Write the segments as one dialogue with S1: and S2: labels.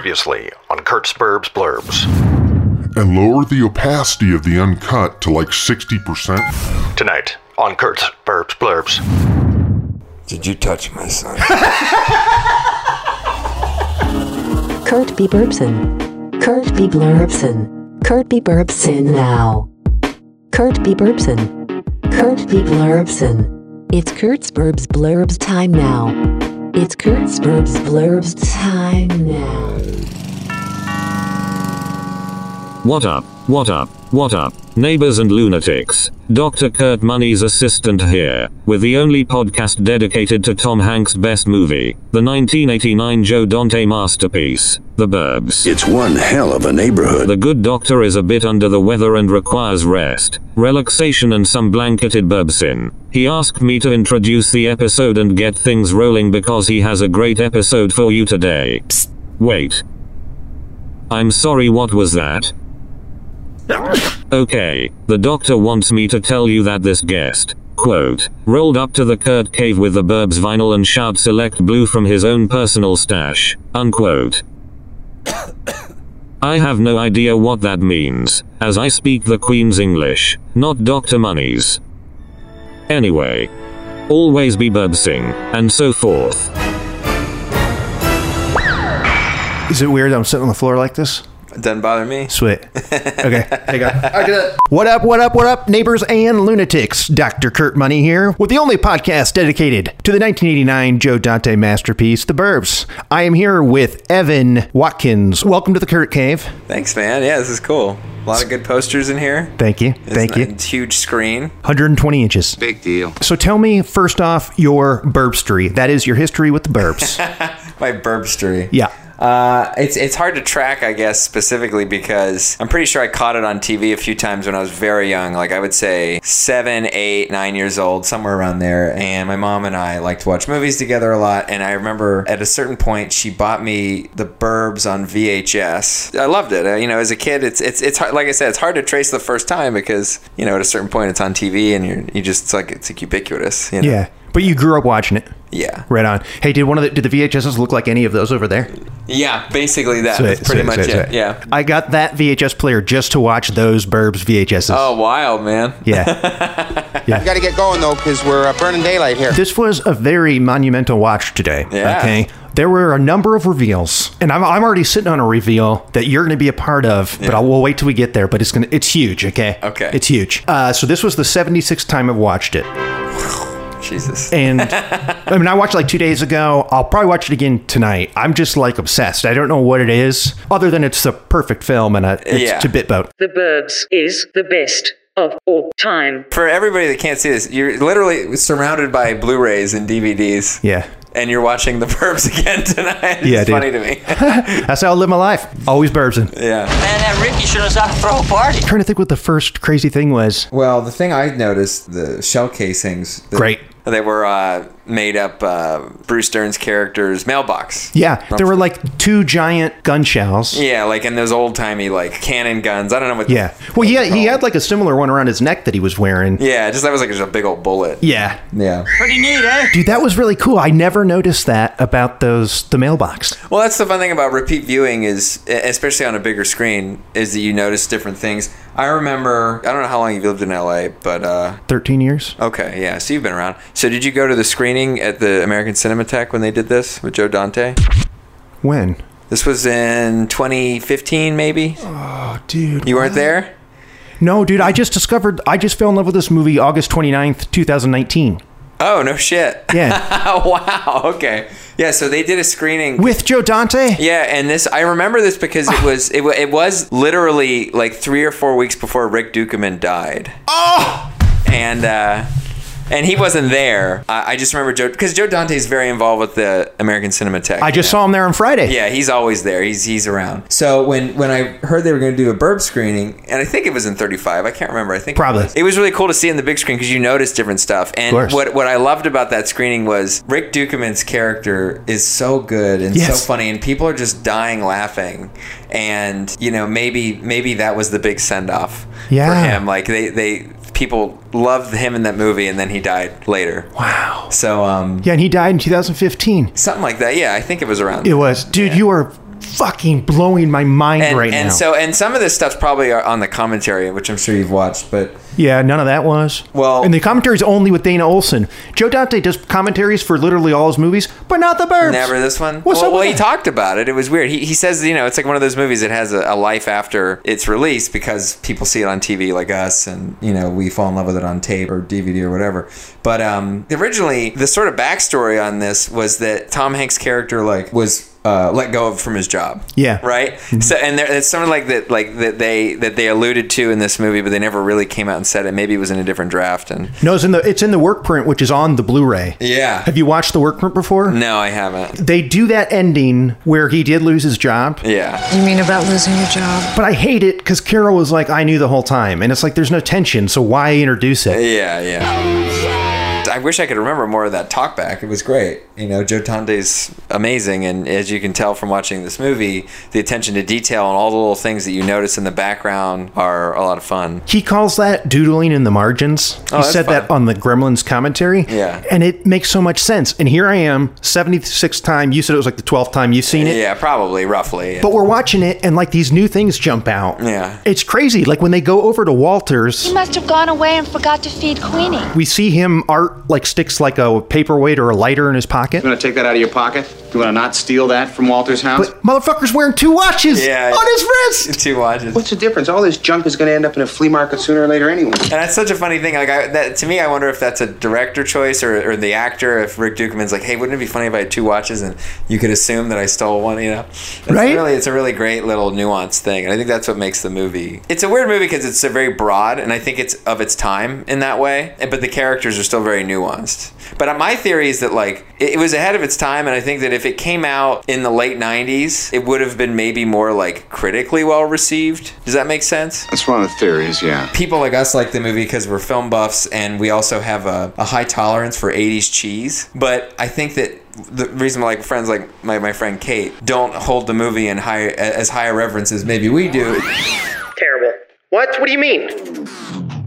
S1: Previously on Kurt Spurb's Blurbs.
S2: and lower the opacity of the uncut to like 60%.
S1: Tonight on Kurt's Burbs Blurbs.
S3: Did you touch my son?
S4: Kurt B. Burbson. Kurt B. Blurbson. Kurt B. Burbson now. Kurt B. Burbson. Kurt B. Blurbson. It's Kurt's Burbs Blurbs time now. It's Kurt's Burbs Blurbs time now.
S5: What up, what up, what up, neighbors and lunatics? Dr. Kurt Money's assistant here, with the only podcast dedicated to Tom Hanks' best movie, the 1989 Joe Dante masterpiece, The Burbs.
S6: It's one hell of a neighborhood.
S5: The good doctor is a bit under the weather and requires rest, relaxation, and some blanketed burbsin. He asked me to introduce the episode and get things rolling because he has a great episode for you today. Psst. Wait. I'm sorry, what was that? Okay, the doctor wants me to tell you that this guest, quote, rolled up to the Kurt cave with the Burbs vinyl and shout select blue from his own personal stash, unquote. I have no idea what that means, as I speak the Queen's English, not Dr. Money's. Anyway, always be burbsing, and so forth.
S7: Is it weird that I'm sitting on the floor like this?
S3: It doesn't bother me.
S7: Sweet. Okay, hang on. I get it. What up, what up, what up, neighbors and lunatics? Dr. Kurt Money here with the only podcast dedicated to the 1989 Joe Dante masterpiece, The Burbs. I am here with Evan Watkins. Welcome to the Kurt Cave.
S3: Thanks, man. Yeah, this is cool. A lot of good posters in here.
S7: Thank you.
S3: It's
S7: Thank
S3: a
S7: you.
S3: Huge screen.
S7: 120 inches. Big deal. So tell me, first off, your burbstery. That is your history with the burbs.
S3: My burbstery.
S7: yeah.
S3: Uh, it's it's hard to track, I guess, specifically because I'm pretty sure I caught it on TV a few times when I was very young. Like I would say seven, eight, nine years old, somewhere around there. And my mom and I liked to watch movies together a lot. And I remember at a certain point she bought me The Burbs on VHS. I loved it. Uh, You know, as a kid, it's it's it's hard, like I said, it's hard to trace the first time because you know at a certain point it's on TV and you're you just it's like it's like ubiquitous. You know?
S7: Yeah. But you grew up watching it.
S3: Yeah.
S7: Right on. Hey, did one of the did the VHSs look like any of those over there?
S3: Yeah. Basically that. That's pretty
S7: Sweet,
S3: much
S7: sweet,
S3: it.
S7: sweet, sweet.
S3: Yeah.
S7: I got that VHS player just to watch those Burbs VHSs.
S3: Oh, wild man.
S7: Yeah.
S8: Got to get going though, because we're uh, burning daylight here.
S7: this was a very monumental watch today.
S3: Yeah.
S7: Okay. There were a number of reveals, and I'm, I'm already sitting on a reveal that you're going to be a part of, but I will wait till we get there. But it's gonna it's huge. Okay.
S3: Okay.
S7: It's huge. Uh, so this was the 76th time I've watched it,
S3: Jesus.
S7: and I mean I watched it like two days ago. I'll probably watch it again tonight. I'm just like obsessed. I don't know what it is, other than it's the perfect film and a, it's
S3: Yeah.
S7: to Bitboat.
S9: The Burbs is the best of all time.
S3: for everybody that can't see this, you're literally surrounded by Blu-rays and DVDs.
S7: Yeah.
S3: And you're watching The Burbs again tonight. It's
S7: Yeah, dude.
S3: funny to me.
S7: That's how I live my life. Always burbsing.
S3: yeah.
S10: Man, that Ricky sure knows how to throw a party.
S7: trying to think what the first crazy thing was.
S3: Well, the thing I noticed, the shell casings. that-
S7: Great.
S3: They were uh, made up uh, Bruce Stern's character's mailbox.
S7: Yeah, there were like two giant gun shells.
S3: Yeah, like in those old timey like cannon guns. I don't know what.
S7: Yeah. Well, yeah, he had like a similar one around his neck that he was wearing.
S3: Yeah, just that was like just a big old bullet.
S7: Yeah.
S3: Yeah.
S10: Pretty neat, eh?
S7: Dude, that was really cool. I never noticed that about those the mailbox.
S3: Well, that's the fun thing about repeat viewing is, e, especially on a bigger screen, is that you notice different things. I remember, I don't know how long you've lived in LA, but uh,
S7: 13 years?
S3: Okay, yeah. So you've been around. So did you go to the screening at the American Cinematheque when they did this with Joe Dante?
S7: When?
S3: This was in 2015, maybe.
S7: Oh, dude.
S3: You weren't there.
S7: No, dude, I just discovered I just fell in love with this movie August 29th, 2019.
S3: Oh no, shit.
S7: Yeah.
S3: wow. Okay. Yeah. So they did a screening.
S7: With Joe Dante?
S3: yeah, and this I remember this because it was it, wa- it was literally like three or four weeks before Rick Dukeman died. Oh. And uh, and he wasn't there. I, I just remember Joe because Joe Dante's very involved with the American Cinematheque.
S7: I just saw him there on Friday.
S3: Yeah, he's always there. He's he's around. So when when I heard they were going to do a burb screening, and I think it was in 35. I can't remember. I think it
S7: Probably.
S3: was. it was really cool to see in the big screen because you notice different stuff. And
S7: course.
S3: what what I loved about that screening was Rick Dukeman's character is so good and so
S7: Yes.
S3: funny, and people are just dying laughing. And you know maybe maybe that was the big send off for
S7: Yeah.
S3: him. Like they they people loved him in that movie, and then he died later.
S7: Wow.
S3: So um
S7: Yeah, and he died in 2015.
S3: something like that. Yeah, I think it was around.
S7: It was. Dude, you are fucking blowing my mind
S3: and,
S7: right
S3: and
S7: now.
S3: so and some of this stuff's probably on the commentary, which I'm sure you've watched, but
S7: yeah, none of that was.
S3: Well,
S7: and the commentary's only with Dana Olson. Joe Dante does commentaries for literally all his movies, but not the Burbs.
S3: Never this one.
S7: What's
S3: well,
S7: up
S3: well,
S7: with
S3: he
S7: that?
S3: talked about it. It was weird. He, he says, you know, it's like one of those movies that has a, a life after its release because people see it on TV like us, and you know, we fall in love with it on tape or DVD or whatever. But um, originally, the sort of backstory on this was that Tom Hanks' character like was. Uh, let go of from his job.
S7: Yeah. Mm-hmm.
S3: Right. So, and there, it's something like that, like that they that they alluded to in this movie, but they never really came out and said it. Maybe it was in a different draft. And
S7: No, it's in the it's in the work print, which is on the Blu-ray.
S3: yeah,
S7: Have you watched the work print before?
S3: no, I haven't.
S7: They do that ending where he did lose his job,
S3: Yeah.
S11: You mean about losing your job?
S7: but I hate it because Carol was like, "I knew the whole time," and it's like there's no tension, so why introduce it?
S3: Yeah, yeah. I wish I could remember more of that talkback. It was great. You know, Joe Tande's amazing, and as you can tell from watching this movie, the attention to detail and all the little things that you notice in the background are a lot of fun.
S7: He calls that doodling in the margins. He
S3: Oh, that's
S7: said that on the Gremlins commentary.
S3: Yeah.
S7: And it makes so much sense. And here I am, 76th time. You said it was like the 12th time you've seen it.
S3: Yeah, probably, roughly.
S7: But we're watching it and like these new things jump out.
S3: Yeah.
S7: It's crazy. Like when they go over to Walters,
S12: must have gone away and forgot to feed Queenie.
S7: we see him art like sticks like a paperweight or a lighter in his pocket.
S13: You want to take that out of your pocket? You want to not steal that from Walter's house?
S7: Motherfucker's wearing two watches
S13: Yeah.
S7: on his wrist.
S3: Two watches.
S13: What's the difference? All this junk is going to end up in a flea market sooner or later anyway.
S3: And that's such a funny thing. Like I, that, to me, I wonder if that's a director choice or, or the actor. If Rick Dukeman's like, "Hey, wouldn't it be funny if I had two watches and you could assume that I stole one?" You know, it's
S7: Right?
S3: Really, it's a really great little nuanced thing, and I think that's what makes the movie. It's a weird movie because it's a very broad, and I think it's of its time in that way. and- But the characters are still very nuanced. But uh, my theory is that like it, it was ahead of its time, and I think that if it came out in the late '90s, it would have been maybe more like critically well received. Does that make sense?
S13: That's one of the theories, yeah.
S3: people like us like the movie because we're film buffs and we also have a, a high tolerance for 80s cheese. But I think that the reason like friends like my, my friend Kate don't hold the movie in high as high a reverence as maybe we do
S10: Terrible. What? What do you mean?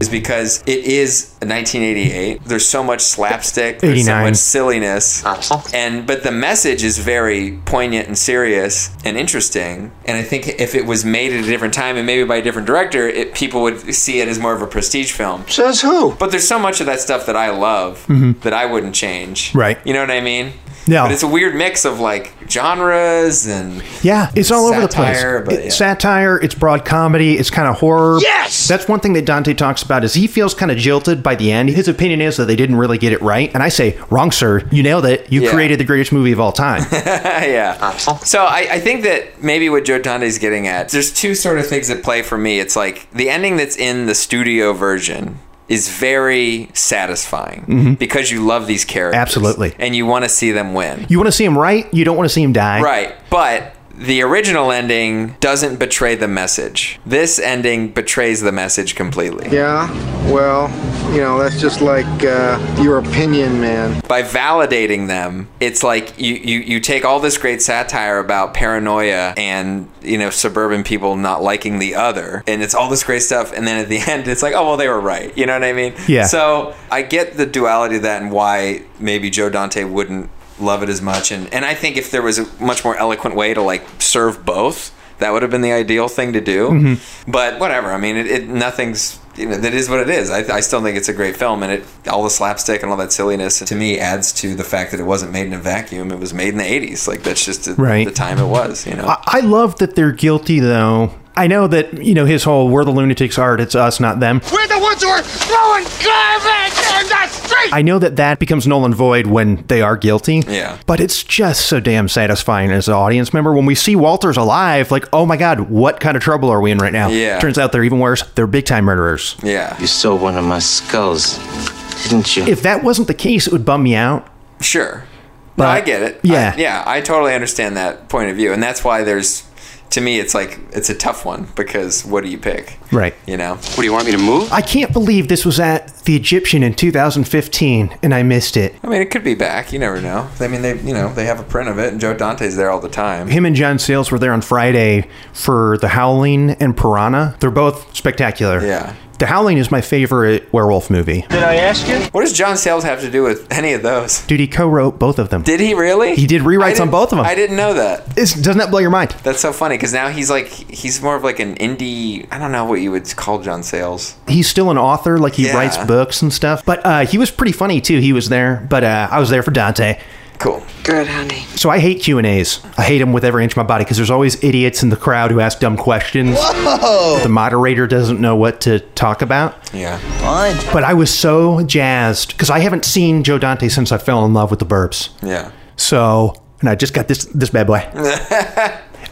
S3: is because it is 1988. There's so much slapstick, there's so
S7: 89.
S3: much silliness, and but the message is very poignant and serious and interesting. And I think if it was made at a different time and maybe by a different director, it, people would see it as more of a prestige film.
S13: Says who?
S3: But there's so much of that stuff that I love
S7: Mhm.
S3: that I wouldn't change.
S7: Right.
S3: You know what I mean?
S7: Yeah.
S3: But it's a weird mix of like genres and
S7: Yeah, it's all over the place.
S3: Satire, but
S7: It's
S3: yeah.
S7: Satire, it's broad comedy, it's kind of horror. Yes, that's one thing that Dante talks about is he feels kind of jilted by the end. His opinion is that they didn't really get it right, and I say, wrong, sir. You nailed it. You
S3: Yeah.
S7: created the greatest movie of all time.
S3: yeah. So I, I think that maybe what Joe Dante's getting at, there's two sort of things at play for me. It's like the ending that's in the studio version is very satisfying
S7: Mhm.
S3: because you love these characters.
S7: Absolutely.
S3: And you want to see them win.
S7: you want to see him right. You don't want to see him die.
S3: Right. But the original ending doesn't betray the message. This ending betrays the message completely.
S14: Yeah, well, you know, that's just like uh, your opinion, man.
S3: by validating them it's like you, you you take all this great satire about paranoia and you know suburban people not liking the other and it's all this great stuff and then at the end it's like oh well they were right you know what i mean
S7: Yeah.
S3: so i get the duality of that and why maybe joe dante wouldn't love it as much and and i think if there was a much more eloquent way to like serve both that would have been the ideal thing to do
S7: Mhm.
S3: but whatever. I mean, it, it nothing's you know that is what it is. I, I still think it's a great film, and it all the slapstick and all that silliness to me adds to the fact that it wasn't made in a vacuum. It was made in the '80s. Like that's just the,
S7: Right.
S3: the time it was. You know.
S7: I, I love that they're guilty though. I know that you know his whole "we're the lunatics" art. It's us, not them.
S10: We're the ones who are throwing garbage in the street.
S7: I know that that becomes null and void when they are guilty.
S3: Yeah.
S7: But it's just so damn satisfying as an audience member when we see Walters alive. Like, oh my God, what kind of trouble are we in right now?
S15: Yeah.
S7: Turns out they're even worse. They're big time murderers.
S3: Yeah.
S15: You stole one of my skulls, didn't you?
S7: If that wasn't the case, it would bum me out.
S3: Sure.
S7: But-
S3: no, I get it.
S7: yeah.
S3: I- yeah, I totally understand that point of view, and that's why there's to me it's like it's a tough one because what do you pick?
S7: Right.
S3: You know. What do you want me to
S7: I can't believe this was at the Egyptian in 2015 and I missed it.
S3: I mean, it could be back. You never know. I mean, they you know they have a print of it, and Joe Dante's there all the time.
S7: Him and John Sayles were there on Friday for The Howling and Piranha. They're both spectacular.
S3: Yeah.
S7: The Howling is my favorite werewolf movie.
S3: Did I ask you? What does John Sayles have to do with any of those?
S7: Dude, he co-wrote both of them.
S3: Did he really?
S7: He did rewrites
S3: I
S7: on both of them.
S3: I didn't know that.
S7: It's, doesn't that blow your mind?
S3: That's so funny because now he's like he's more of like an indie. I don't know what you would call John Sayles.
S7: He's still an author, like he
S3: Yeah.
S7: writes books and stuff. But uh, he was pretty funny too. He was there, but uh, I was there for Dante.
S3: Cool.
S11: Good, honey.
S7: So I hate Q and A's. I hate them with every inch of my body because there's always idiots in the crowd who ask dumb questions.
S16: Whoa!
S7: The moderator doesn't know what to talk about.
S3: Yeah.
S16: Fine.
S7: But I was so jazzed because I haven't seen Joe Dante since I fell in love with the Burbs.
S3: Yeah.
S7: So, and I just got this this bad boy.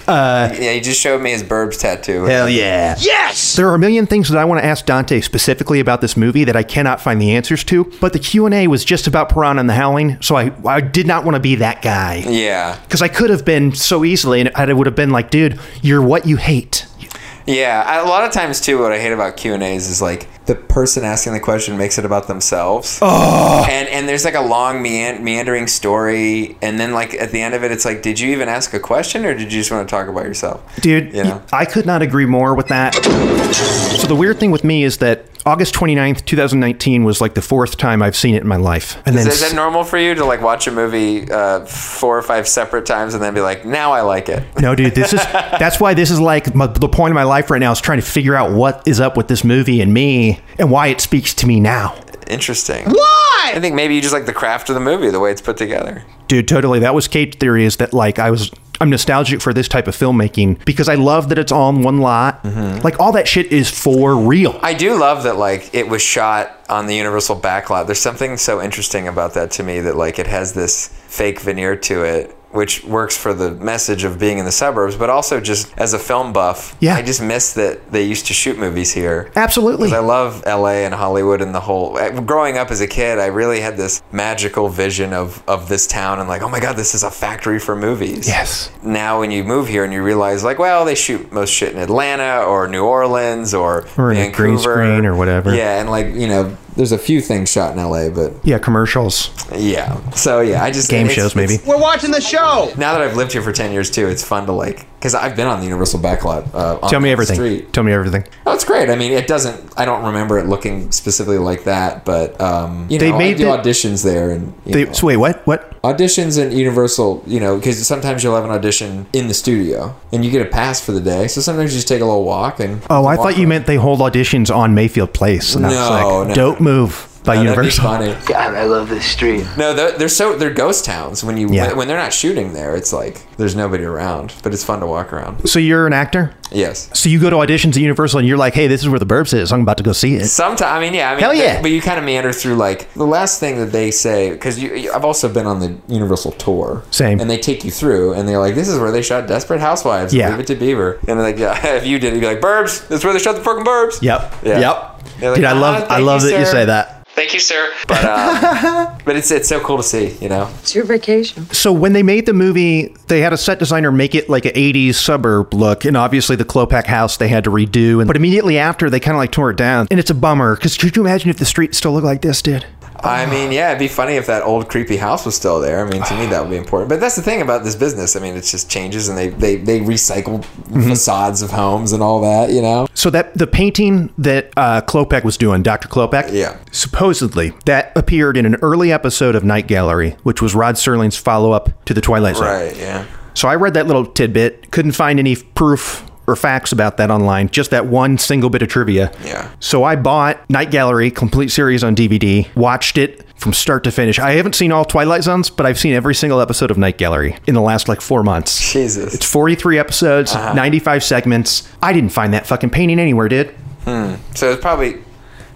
S3: Uh, yeah, he just showed me his Burbs tattoo.
S7: Hell yeah. Yes. There are a million things that I want to ask Dante specifically about this movie that I cannot find the answers to, but the Q&A was just about Piranha and the Howling, so I I did not want to be that guy.
S3: Yeah.
S7: Cuz I could have been so easily and I would have been like, dude, you're what you hate.
S3: Yeah, I- a lot of times too, what I hate about Q and A's is like the person asking the question makes it about themselves. Oh, and and there's like a long mean- meandering story, and then like at the end of it, it's like, did you even ask a question, or did you just want to talk about yourself?
S7: Dude,
S3: You know.
S7: I could not agree more with that. So the weird thing with me is that August 29th, 2019 was like the fourth time I've seen it in my life. And
S3: Is,
S7: then
S3: is that normal for you to like watch a movie uh, four or five separate times and then be like, now I like it?
S7: No, dude, this is that's why this is like my, the point of my life right now is trying to figure out what is up with this movie and me and why it speaks to me now.
S3: Interesting. Why? I think maybe you just like the craft of the movie, the way it's put together.
S7: Dude, totally. That was Kate's theory is that like I was I'm nostalgic for this type of filmmaking because I love that it's on one lot. Like all that shit is for real.
S3: Mm-hmm. I do love that like it was shot on the Universal backlot. There's something so interesting about that to me that like it has this fake veneer to it. Which works for the message of being in the suburbs, but also just as a film buff.
S7: Yeah.
S3: I just miss that they used to shoot movies here.
S7: Absolutely.
S3: 'Cause I love LA and Hollywood and the whole. I- Growing up as a kid, I really had this magical vision of of this town and like, oh my god, this is a factory for movies.
S7: Yes.
S3: Now, when you move here and you realize, like, well, they shoot most shit in Atlanta or New Orleans or
S7: Or in a
S3: Vancouver.
S7: green screen or whatever.
S3: Yeah, and like you know, there's a few things shot in LA, but
S7: Yeah, commercials.
S3: yeah. So yeah, I just
S7: Game
S3: it's-
S7: shows, maybe.
S3: it's-
S16: We're watching the show.
S3: Now that I've lived here for ten years too, it's fun to like because I've been on the Universal backlot. Uh, on
S7: Tell me
S3: the
S7: everything.
S3: Street.
S7: Tell me everything.
S3: Oh, it's great. I mean, it doesn't. I don't remember it looking specifically like that, but um, you
S7: They
S3: know,
S7: made
S3: I do
S7: it-
S3: auditions there, and you
S7: They,
S3: know,
S7: so wait, what? What?
S3: auditions at Universal. You know, because sometimes you'll have an audition in the studio, and you get a pass for the day. So sometimes you just take a little walk and.
S7: Oh, I
S3: walk
S7: thought you meant they hold auditions on Mayfield Place. And I was
S3: No,
S7: like,
S3: no.
S7: dope move by
S3: No, that'd be
S7: Universal.
S3: funny.
S16: God, I love this street.
S3: No, they're, they're so they're ghost towns. When you
S7: Yeah.
S3: when, when they're not shooting there, it's like there's nobody around, but it's fun to walk around.
S7: So you're an actor?
S3: Yes.
S7: So you go to auditions at Universal and you're like, hey, this is where the burbs is. I'm about to go see it.
S3: Sometimes I mean, yeah, I mean,
S7: Hell yeah.
S3: But you kind of meander through like the last thing that they say because you, you- I've also been on the Universal tour,
S7: Same.
S3: and they take you through, and they're like, "This is where they shot Desperate Housewives."
S7: Yeah.
S3: Leave it to Beaver, and they're like, "Yeah, if you did, you'd be like, Burbs, that's where they shot the fucking Burbs."
S7: Yep.
S3: Yeah. They're
S7: Yep.
S3: like,
S7: Dude, I
S3: "Ah,
S7: love I
S3: thank
S7: love that you
S3: sir."
S7: say that.
S3: Thank you, sir. But um, but it's it's so cool to see, you know.
S11: It's your vacation.
S7: So when they made the movie, they had a set designer make it like an 80s suburb look, and obviously the Klopak house they had to redo. And, but immediately after, they kind of like tore it down, and it's a bummer because could you imagine if the street still looked like this did?
S3: I
S7: Oh.
S3: mean, yeah, it'd be funny if that old creepy house was still there. I mean, to me, that would be important. But that's the thing about this business. I mean, it just changes, and they they they recycle
S7: Mm-hmm.
S3: facades of homes and all that. You know.
S7: So that the painting that uh, Klopek was doing, Dr. Klopek,
S3: yeah,
S7: supposedly that appeared in an early episode of Night Gallery, which was Rod Serling's follow-up to The Twilight Zone.
S3: Right. Yeah.
S7: So I read that little tidbit, couldn't find any proof or facts about that online, just that one single bit of trivia.
S3: Yeah.
S7: So I bought Night Gallery complete series on DVD, watched it from start to finish. I haven't seen all Twilight Zones, but I've seen every single episode of Night Gallery in the last like 4 months.
S3: Jesus.
S7: It's 43 episodes, 95 segments. I didn't find that fucking painting anywhere, did?
S3: Hmm. So it's probably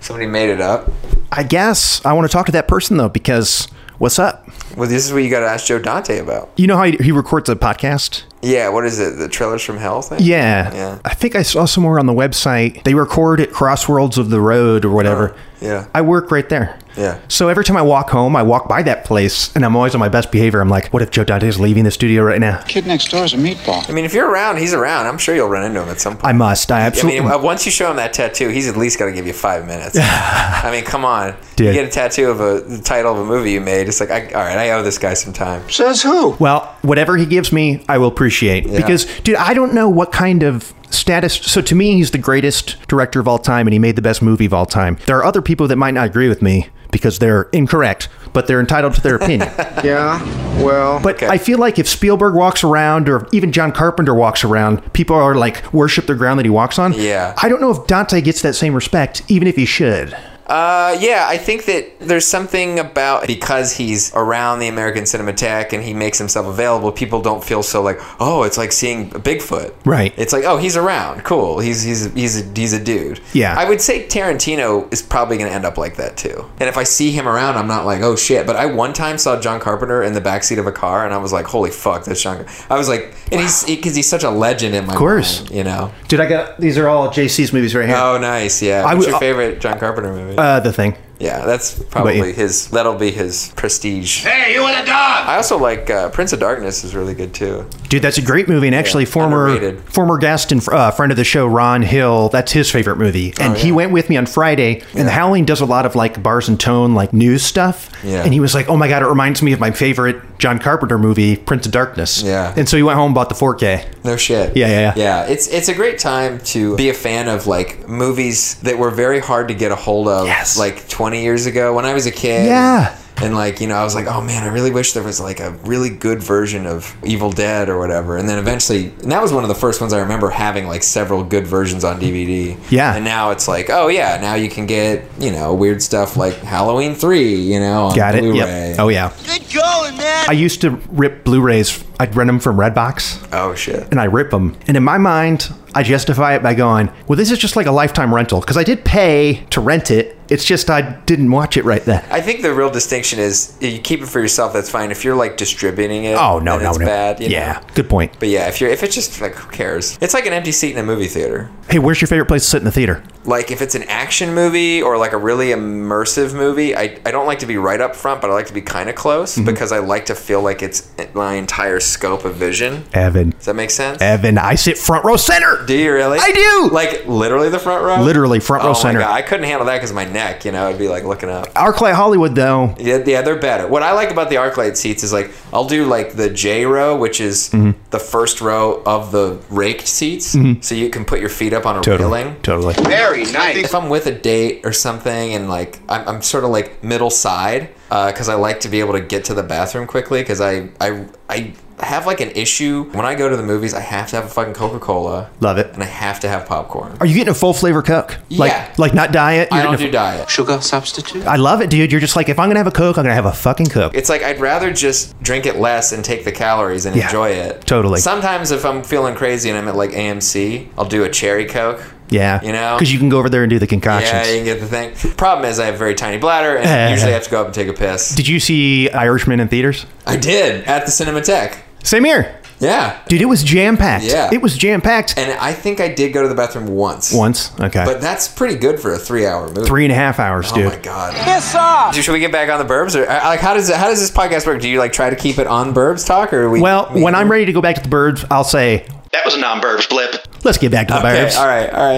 S3: somebody made it up.
S7: I guess I want to talk to that person though because what's up?
S3: Well, this is what you got to ask Joe Dante about.
S7: You know how he he records a podcast?
S3: Yeah. What is it? The trailers from hell thing.
S7: Yeah.
S3: Yeah.
S7: I think I saw somewhere on the website they record at Crossroads of the Road or whatever.
S3: Oh, Yeah.
S7: I work right there.
S3: Yeah.
S7: So every time I walk home, I walk by that place and I'm always on my best behavior. I'm like, what if Joe Dante's leaving the studio right now?
S3: Kid next door is a meatball. I mean, if you're around, he's around. I'm sure you'll run into him at some point.
S7: I must. I absolutely.
S3: I mean, uh, once you show him that tattoo, he's at least got to give you five minutes. I mean, come on.
S7: Dude.
S3: You get a tattoo of a the title of a movie you made. It's like, I, all right, right. I owe this guy some time.
S7: Says who? Well, whatever he gives me, I will appreciate.
S3: Yeah.
S7: Because, dude, I don't know what kind of status. So to me, he's the greatest director of all time, and he made the best movie of all time. There are other people that might not agree with me because they're incorrect, but they're entitled to their opinion.
S14: yeah. Well,
S7: But I feel like if Spielberg walks around, or even John Carpenter walks around, people are like worship the ground that he walks on.
S3: Yeah.
S7: I don't know if Dante gets that same respect, even if he should.
S3: Uh, yeah, I think that there's something about because he's around the American Cinematheque and he makes himself available, people don't feel so like, oh, it's like seeing Bigfoot.
S7: Right.
S3: It's like, oh, he's around. Cool. He's he's he's a, he's a dude.
S7: Yeah.
S3: I would say Tarantino is probably going to end up like that too. And if I see him around, I'm not like, oh shit. But I one time saw John Carpenter in the backseat of a car, and I was like, holy fuck, that's John. Car-" I was like, and he's because he's such a legend in my
S7: Of course.
S3: mind, you know.
S7: Dude, I got these are all JC's movies right here.
S3: Oh, nice. Yeah.
S7: I
S3: What's
S7: would-
S3: your favorite John Carpenter movie?
S7: Uh, the thing.
S3: Yeah, that's
S7: about you?
S3: probably his. That'll be his prestige.
S10: Hey, you and a dog!
S3: I also like uh, Prince of Darkness is really good too.
S7: Dude, that's a great movie. And actually, former
S3: underrated.
S7: former guest and uh, friend of the show, Ron Hill, that's his favorite movie.
S3: Oh,
S7: And he went with me on Friday. And The Howling does a lot of like bars and tone, like news stuff.
S3: Yeah.
S7: And he was like, "Oh my god, it reminds me of my favorite John Carpenter movie, Prince of Darkness."
S3: Yeah.
S7: And so he went home and bought the 4K.
S3: No shit.
S7: Yeah, yeah, yeah.
S3: Yeah, it's it's a great time to be a fan of like movies that were very hard to get a hold of like 20 years ago when I was a kid.
S7: Yeah.
S3: And like, you know, I was like, "Oh man, I really wish there was like a really good version of Evil Dead or whatever." And then eventually, and that was one of the first ones I remember having like several good versions on DVD.
S7: Yeah.
S3: And now it's like, "Oh yeah, now you can get, you know, weird stuff like Halloween 3, you know, on
S7: Got it.
S3: Blu-ray."
S7: Yep. Oh yeah.
S10: Good going, man!
S7: I used to rip Blu-rays. I'd rent them from Redbox.
S3: Oh shit.
S7: And I rip them. And in my mind, I justify it by going, "Well, this is just like a lifetime rental because I did pay to rent it. It's just I didn't watch it right then."
S3: I think the real distinction is you keep it for yourself. That's fine. If you're like distributing it,
S7: Oh no,
S3: then
S7: no,
S3: it's
S7: no.
S3: bad. you
S7: yeah,
S3: know?
S7: good point.
S3: But yeah, if you're if it's just like who cares? It's like an empty seat in a movie theater.
S7: Hey, where's your favorite place to sit in the theater?
S3: Like if it's an action movie or like a really immersive movie, I, I don't like to be right up front, but I like to be kind of close
S7: Mhm.
S3: because I like to feel like it's my entire scope of vision.
S7: Evan.
S3: Does that make sense?
S7: Evan, I sit front row center.
S3: Do you really? I
S7: Eh. do.
S3: Like literally the front row.
S7: Literally front row
S3: Oh my
S7: center.
S3: God, I couldn't handle that because my neck. You know, I'd be like looking up.
S7: ArcLight Hollywood, though.
S3: Yeah, yeah, they're better. What I like about the ArcLight seats is like I'll do like the J row, which is
S7: Mhm.
S3: the first row of the raked seats,
S7: Mhm.
S3: so you can put your feet up on a railing.
S7: Totally.
S3: Very nice. If I'm with a date or something, and like I'm, I'm sort of like middle side, because I like to be able to get to the bathroom quickly, because I I I have like an issue when I go to the movies. I have to have a fucking Coca Cola,
S7: Love it.
S3: and I have to have popcorn.
S7: Are you getting a full flavor Coke? Like,
S3: Yeah.
S7: Like not diet?
S3: I
S7: You're
S3: don't
S7: getting
S3: do diet. Sugar substitute.
S7: a- I love it, dude. You're just like, if I'm going to have a Coke, I'm going to have a fucking Coke.
S3: It's like I'd rather just drink it less and take the calories and
S7: Yeah,
S3: enjoy it.
S7: totally.
S3: Sometimes if I'm feeling crazy and I'm at like AMC, I'll do a cherry coke.
S7: Yeah.
S3: You know?
S7: Because you can go over there and do the concoctions.
S3: Yeah, you can get the thing. Problem is, I have a very tiny bladder, and
S7: Yeah.
S3: usually I have to go up and take a piss.
S7: Did you see Irishman in theaters?
S3: I did at the Cinematheque.
S7: Same here.
S3: Yeah.
S7: Dude, it was jam packed.
S3: Yeah.
S7: It was jam packed.
S3: And I think I did go to the bathroom once.
S7: Once. Okay.
S3: But that's pretty good for a three-hour movie.
S7: Three and a half hours,
S3: Oh
S7: dude.
S3: my god. Piss off. Should we get back on the burbs, or uh, like how does how does this podcast work? Do you like try to keep it on burbs talk, or we?
S7: Well, when I'm ready to go back to the birds, I'll say,
S1: That was a non-burbs blip.
S7: let's get back to the
S1: Okay,
S7: birds.
S1: all
S3: right, all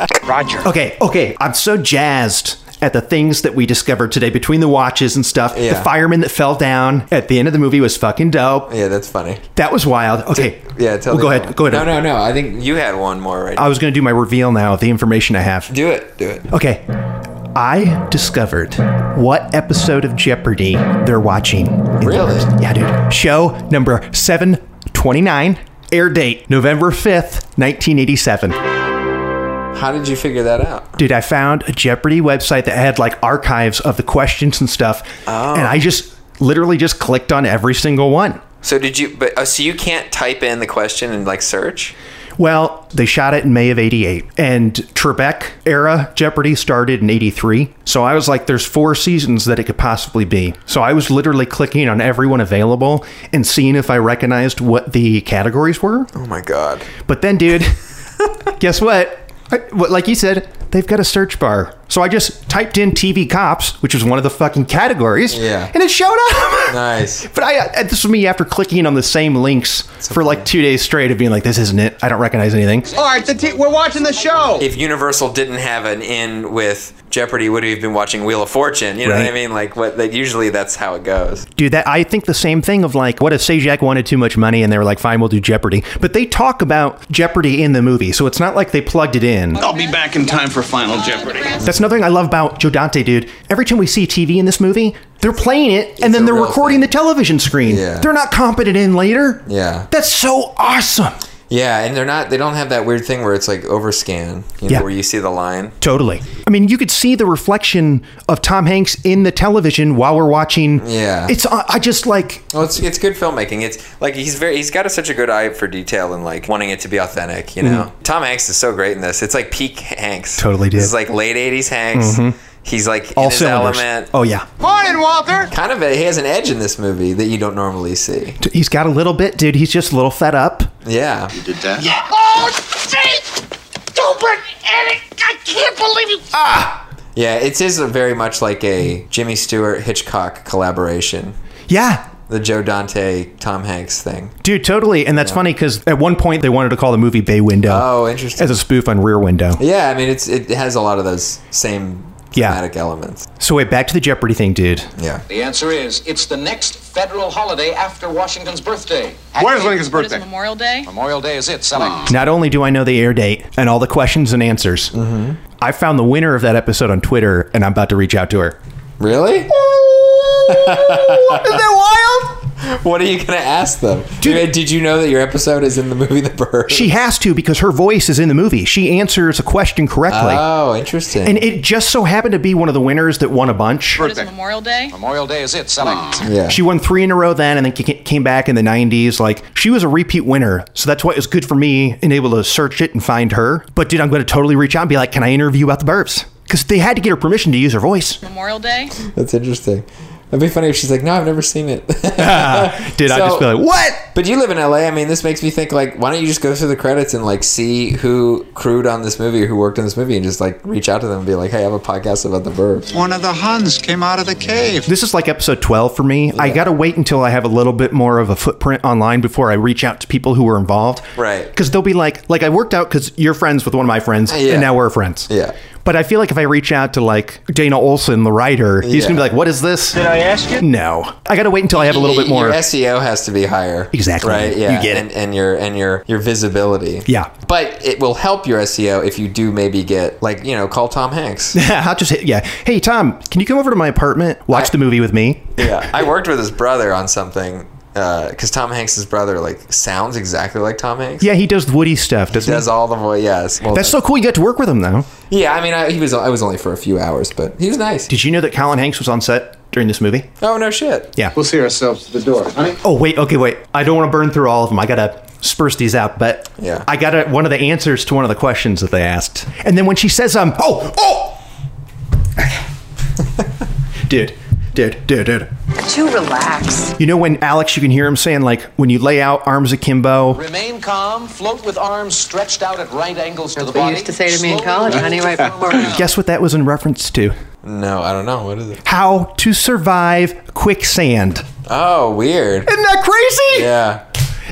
S3: right. Roger.
S7: Okay, okay. I'm so jazzed at the things that we discovered today between the watches and stuff. The
S3: Yeah.
S7: fireman that fell down at the end of the movie was fucking dope.
S3: Yeah, that's funny.
S7: That was wild. Okay.
S3: Yeah, tell
S7: Well,
S3: the
S7: go
S3: other
S7: ahead.
S3: one.
S7: Go ahead.
S3: No, no, no. I think you had one more right.
S7: I was going to do my reveal now, the information I have.
S3: do it. Do it.
S7: Okay. I discovered what episode of Jeopardy they're watching. in the
S3: Really?
S7: first- yeah, dude. Show number 729, air date November 5th, 1987.
S3: How did you figure that out?
S7: Dude, I found a Jeopardy website that had like archives of the questions and stuff. And I just literally just clicked on every single one.
S3: So did you? But oh, so you can't type in the question and like search.
S7: Well, they shot it in May of 88, and Trebek era Jeopardy started in 83. So I was like, there's four seasons that it could possibly be. So I was literally clicking on everyone available and seeing if I recognized what the categories were.
S3: Oh my god.
S7: But then, dude, guess what? I, what? Like you said, they've got a search bar. So I just typed in TV cops, which was one of the fucking categories.
S3: Yeah.
S7: And it showed up.
S3: Nice.
S7: But I, I this was me after clicking on the same links for like two days straight of being like, this isn't it. I don't recognize anything.
S8: All right, the t- we're watching the show.
S3: If Universal didn't have an in with Jeopardy, would we have been watching Wheel of Fortune? You know what I
S7: Right.
S3: mean? Like what? Like usually that's how it goes.
S7: Dude, that I think the same thing of like, what if Sajak wanted too much money and they were like, fine, we'll do Jeopardy. But they talk about Jeopardy in the movie, so it's not like they plugged it in.
S17: I'll be back in time for Final
S16: Oh,
S17: Jeopardy.
S7: That's another thing I love about Joe Dante, dude. Every time we see TV in this movie, they're playing it and then they're recording the television screen. They're not competent in later.
S3: Yeah.
S7: That's so awesome.
S3: Yeah, and they're not. They don't have that weird thing where it's like overscan. You know,
S7: Yeah.
S3: where you see the line.
S7: Totally. I mean, you could see the reflection of Tom Hanks in the television while we're watching.
S3: Yeah.
S7: It's, I I just like,
S3: Well, it's it's good filmmaking. It's like he's very he's got a, such a good eye for detail and like wanting it to be authentic. You know, Tom Hanks is so great in this. It's like peak Hanks.
S7: Mm-hmm. Totally did.
S3: This is like late '80s Hanks.
S7: Mhm.
S3: He's like
S7: All
S3: in his
S7: cylinders.
S3: element.
S7: Oh, yeah.
S8: Morning, Walter.
S3: Kind of, a, he has an edge in this movie that you don't normally see.
S7: T- He's got a little bit, dude. He's just a little fed up.
S3: Yeah. You did that. Yeah.
S10: Oh, see? Stupid idiot! I can't believe you. Ah!
S3: Yeah, it is a very much like a Jimmy Stewart Hitchcock collaboration.
S7: Yeah.
S3: The Joe Dante Tom Hanks thing.
S7: Dude, totally. And that's funny because at one point they wanted to call the movie Bay Window.
S3: Oh, interesting.
S7: As a spoof on Rear Window.
S3: Yeah, I mean it's it has a lot of those same
S7: Yeah.
S3: thematic elements.
S7: So, wait, back to the Jeopardy thing, dude.
S3: Yeah.
S18: The answer is it's the next federal holiday after Washington's birthday.
S8: Where's Lincoln's
S18: What is it, Memorial Day? Memorial Day is it, Sally.
S7: Not only do I know the air date and all the questions and answers,
S3: Mm-hmm.
S7: I found the winner of that episode on Twitter, and I'm about to reach out to her.
S3: Really? Isn't
S7: that
S3: wild? What are you gonna ask them? Dude, did you know that your episode is in the movie The Bird?
S7: She has to because her voice is in the movie. She answers a question correctly.
S3: Oh, interesting.
S7: and it just so happened to be one of the winners that won a bunch.
S18: What is it, Memorial Day? Memorial Day is it, Sally.
S3: Yeah.
S7: She won three in a row then, and then ca- came back in the 90s. Like, she was a repeat winner. So that's why it was good for me and able to search it and find her. But, dude, I'm going to totally reach out and be like, can I interview about the burps? Because they had to get her permission to use her voice.
S18: Memorial Day?
S3: That's interesting. It'd be funny if she's like, "No, I've never seen it."
S7: Did I just be like, "What?"
S3: But you live in LA. I mean, this makes me think like, why don't you just go through the credits and like see who crewed on this movie or who worked on this movie, and just like reach out to them and be like, "Hey, I have a podcast about the burbs."
S7: One of the Huns came out of the cave. This is like episode 12 for me. I got to wait until I have a little bit more of a footprint online before I reach out to people who were involved.
S3: Right.
S7: Because they'll be like, like I worked out because you're friends with one of my friends,
S3: Yeah.
S7: and now we're friends.
S3: Yeah.
S7: But I feel like if I reach out to like Dana Olson, the writer, he's
S3: Yeah.
S7: gonna be like, "What is this?"
S3: Did I ask you?
S7: No, I gotta wait until I have a little bit more.
S3: Your SEO has to be higher.
S7: Exactly.
S3: Right.
S7: You
S3: Yeah.
S7: get it.
S3: and, and your and your your visibility.
S7: Yeah.
S3: But it will help your SEO if you do maybe get like you know call Tom Hanks.
S7: Yeah, I'll just hit, yeah. Hey Tom, can you come over to my apartment, watch the movie with me?
S3: yeah, I worked with his brother on something because Tom Hanks' brother like sounds exactly like Tom Hanks.
S7: Yeah, he does the Woody stuff, doesn't
S3: Does all the voice? Yes. Well,
S7: he? That's so cool. You got to work with him though.
S3: yeah. I mean, I, he was. I was only for a few hours, but he was nice.
S7: Did you know that Colin Hanks was on set during this movie?
S3: Oh no shit.
S7: Yeah.
S3: We'll see ourselves to the door, honey.
S7: Oh wait, okay, wait. I don't want to burn through all of them. I gotta spurse these out, but
S3: Yeah.
S7: I got a, one of the answers to one of the questions that they asked, and then when she says, "Um, oh, oh, dude, dude, dude, dude,"
S11: Too relaxed.
S7: you know when Alex, you can hear him saying like, when you lay out arms akimbo,
S18: Remain calm, float with arms stretched out at right angles to the
S11: They
S18: body.
S11: used to say to me in
S18: Slowly
S11: college,
S18: move
S11: honey, right
S18: forward."
S7: guess what that was in reference to?
S3: No, I don't know. What is it?
S7: How to survive quicksand.
S3: Oh, weird.
S7: Isn't that crazy?
S3: Yeah.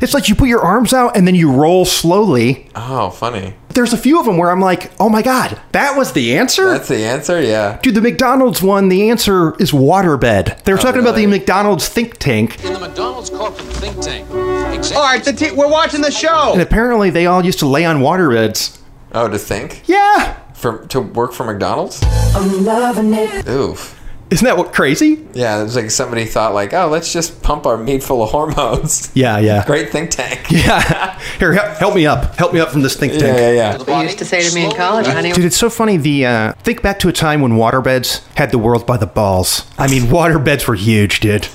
S7: It's like you put your arms out and then you roll slowly.
S3: Oh, funny.
S7: There's a few of them where I'm like, oh my god, that was the answer.
S3: That's the answer. Yeah.
S7: Dude, the McDonald's one, the answer is waterbed.
S3: Oh,
S7: They were talking about the McDonald's think tank,
S18: In the McDonald's corporate think tank.
S8: All right, the t- we're watching the
S7: and
S8: show.
S7: apparently they all used to lay on waterbeds.
S3: Oh, to think
S7: Yeah.
S3: for to work for McDonald's.
S7: I'm loving it.
S3: Oof.
S7: Isn't that what crazy?
S3: Yeah, it was like somebody thought like, oh, let's just pump our meat full of hormones.
S7: Yeah, yeah.
S3: Great think tank.
S7: Yeah. Here, help, help me up. Help me up from this think tank.
S3: yeah.
S11: They used to say to me in college, honey.
S7: Dude, it's so funny. The uh, think back to a time when waterbeds had the world by the balls. I mean, waterbeds were huge, dude.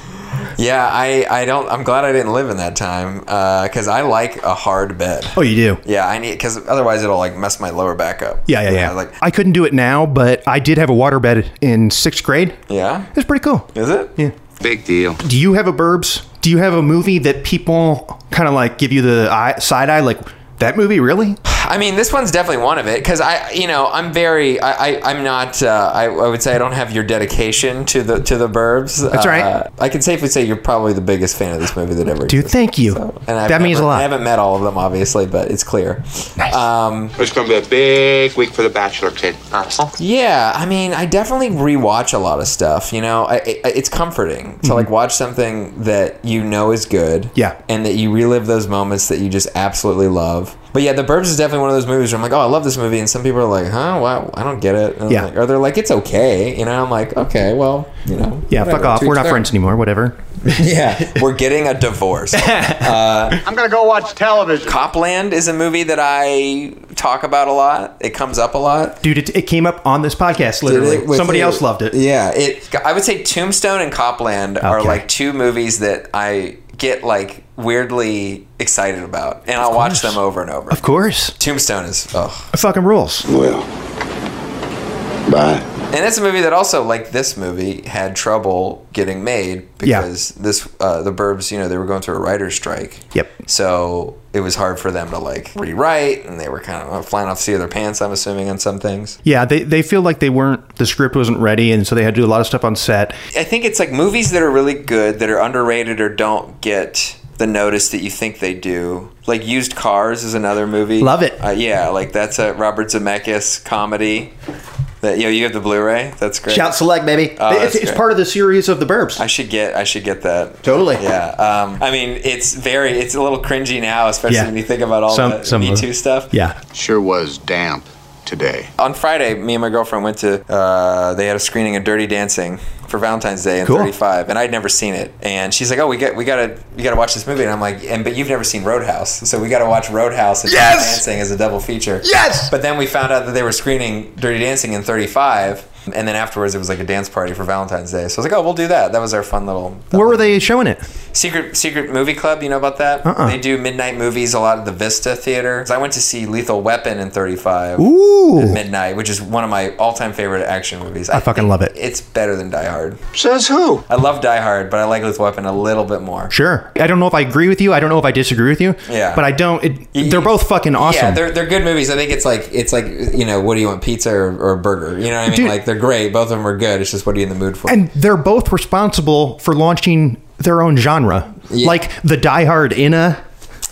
S3: Yeah, I, I don't. I'm glad I didn't live in that time because I like a hard bed.
S7: Oh, you do.
S3: Yeah, I need because otherwise it'll like mess my lower back up.
S7: Yeah, yeah, yeah.
S3: I like
S7: I couldn't do it now, but I did have a waterbed in sixth grade.
S3: yeah.
S7: It's pretty cool.
S3: Is it?
S7: Yeah.
S3: Big deal.
S7: Do you have a burbs? Do you have a movie that people kind of like give you the eye, side eye, like that movie? Really?
S3: I mean, this one's definitely one of it because I, you know, I'm very, I, I I'm not. Uh, I, I would say I don't have your dedication to the to the Burbs.
S7: That's
S3: Uh,
S7: right.
S3: I can safely say you're probably the biggest fan of this movie that ever.
S7: Dude, thank you.
S3: And I've
S7: that means
S3: never-
S7: a
S3: I
S7: lot.
S3: haven't met all of them, obviously, but it's clear. Um,
S19: It's going to be a big week for the Bachelor kid. Asshole.
S3: Yeah, I mean, I definitely rewatch a lot of stuff. You know, I, I, it's comforting to like watch something that you know is good.
S7: Mhm. Yeah.
S3: and that you relive those moments that you just absolutely love. But yeah, The Burbs is definitely one of those movies where I'm like, oh, I love this movie, and some people are like, huh, wow, I don't get it. And I'm
S7: Yeah.
S3: like- or they're like, it's okay. You know, I'm like, okay, well, you know.
S7: Yeah,
S3: whatever,
S7: fuck off.
S3: to
S7: We're
S3: each
S7: not
S3: their own."
S7: friends anymore. Whatever.
S3: yeah, we're getting a divorce. Uh,
S8: I'm gonna go watch television.
S3: Copland is a movie that I talk about a lot. It comes up a lot.
S7: Dude, it, it came up on this podcast,
S3: Did it
S7: literally.
S3: with
S7: Somebody
S3: you.
S7: else loved it.
S3: Yeah, it. I would say Tombstone and Copland are
S7: Okay.
S3: like two movies that I get like weirdly excited about, and I'll watch them over and over.
S7: Of course.
S3: Tombstone is oh,
S7: It fucking rules.
S6: Well, bye.
S3: and that's a movie that also like this movie had trouble getting made
S7: Yeah.
S3: because this uh, the Burbs, you know, they were going through a writer's strike.
S7: Yep.
S3: So it was hard for them to like rewrite, and they were kind of flying off the seat of their pants. I'm assuming on some things.
S7: Yeah, they, they feel like they weren't, the script wasn't ready, and so they had to do a lot of stuff on set.
S3: I think it's like movies that are really good that are underrated or don't get the notice that you think they do. Like Used Cars is another movie.
S7: Love it.
S3: Uh, yeah, like that's a Robert Zemeckis comedy. That you know, you have the Blu-ray. That's great.
S7: Shout select, baby.
S3: Oh,
S7: it's
S3: that's
S7: it's
S3: great.
S7: part of the series of the Burbs.
S3: I should get. I should get that.
S7: Totally.
S3: Yeah. Um, I mean, it's very. It's a little cringy now, especially
S7: Yeah.
S3: when you think about all
S7: Some-
S3: the
S7: some
S3: Me
S7: of-
S3: Too stuff.
S7: Yeah.
S19: Sure was damp today.
S3: On Friday, me and my girlfriend went to. Uh, they had a screening of Dirty Dancing for Valentine's Day in
S7: Cool.
S3: 35, and I'd never seen it. And she's like, "Oh, we get, we gotta, we gotta watch this movie." And I'm like, "And but you've never seen Roadhouse, so we gotta watch Roadhouse and Dirty Dancing as a double feature." Yes. But then we found out that they were screening Dirty Dancing in 35, and then afterwards it was like a dance party for Valentine's Day. So I was like, "Oh, we'll do that." That was our fun little
S7: Where were they showing it?
S3: Secret Secret Movie Club, you know about that?
S7: Uh-uh.
S3: They do midnight movies a lot at the Vista Theater. 'Cause I went to see Lethal Weapon in 35
S7: Ooh.
S3: at midnight, which is one of my all-time favorite action movies.
S7: I fucking love it.
S3: It's better than Die Hard. Says who? I love Die Hard, but I like Lethal Weapon a little bit more.
S7: Sure. I don't know if I agree with you. I don't know if I disagree with you.
S3: Yeah.
S7: But I don't. It, they're both fucking awesome.
S3: Yeah, they're, they're good movies. I think it's like it's like you know, what do you want, pizza or, or a burger? You know what I mean?
S7: Dude.
S3: Like they're great. Both of them are good. It's just what are you in the mood for?
S7: and they're both responsible for launching their own genre.
S3: Yeah.
S7: Like the Die Hard Inna.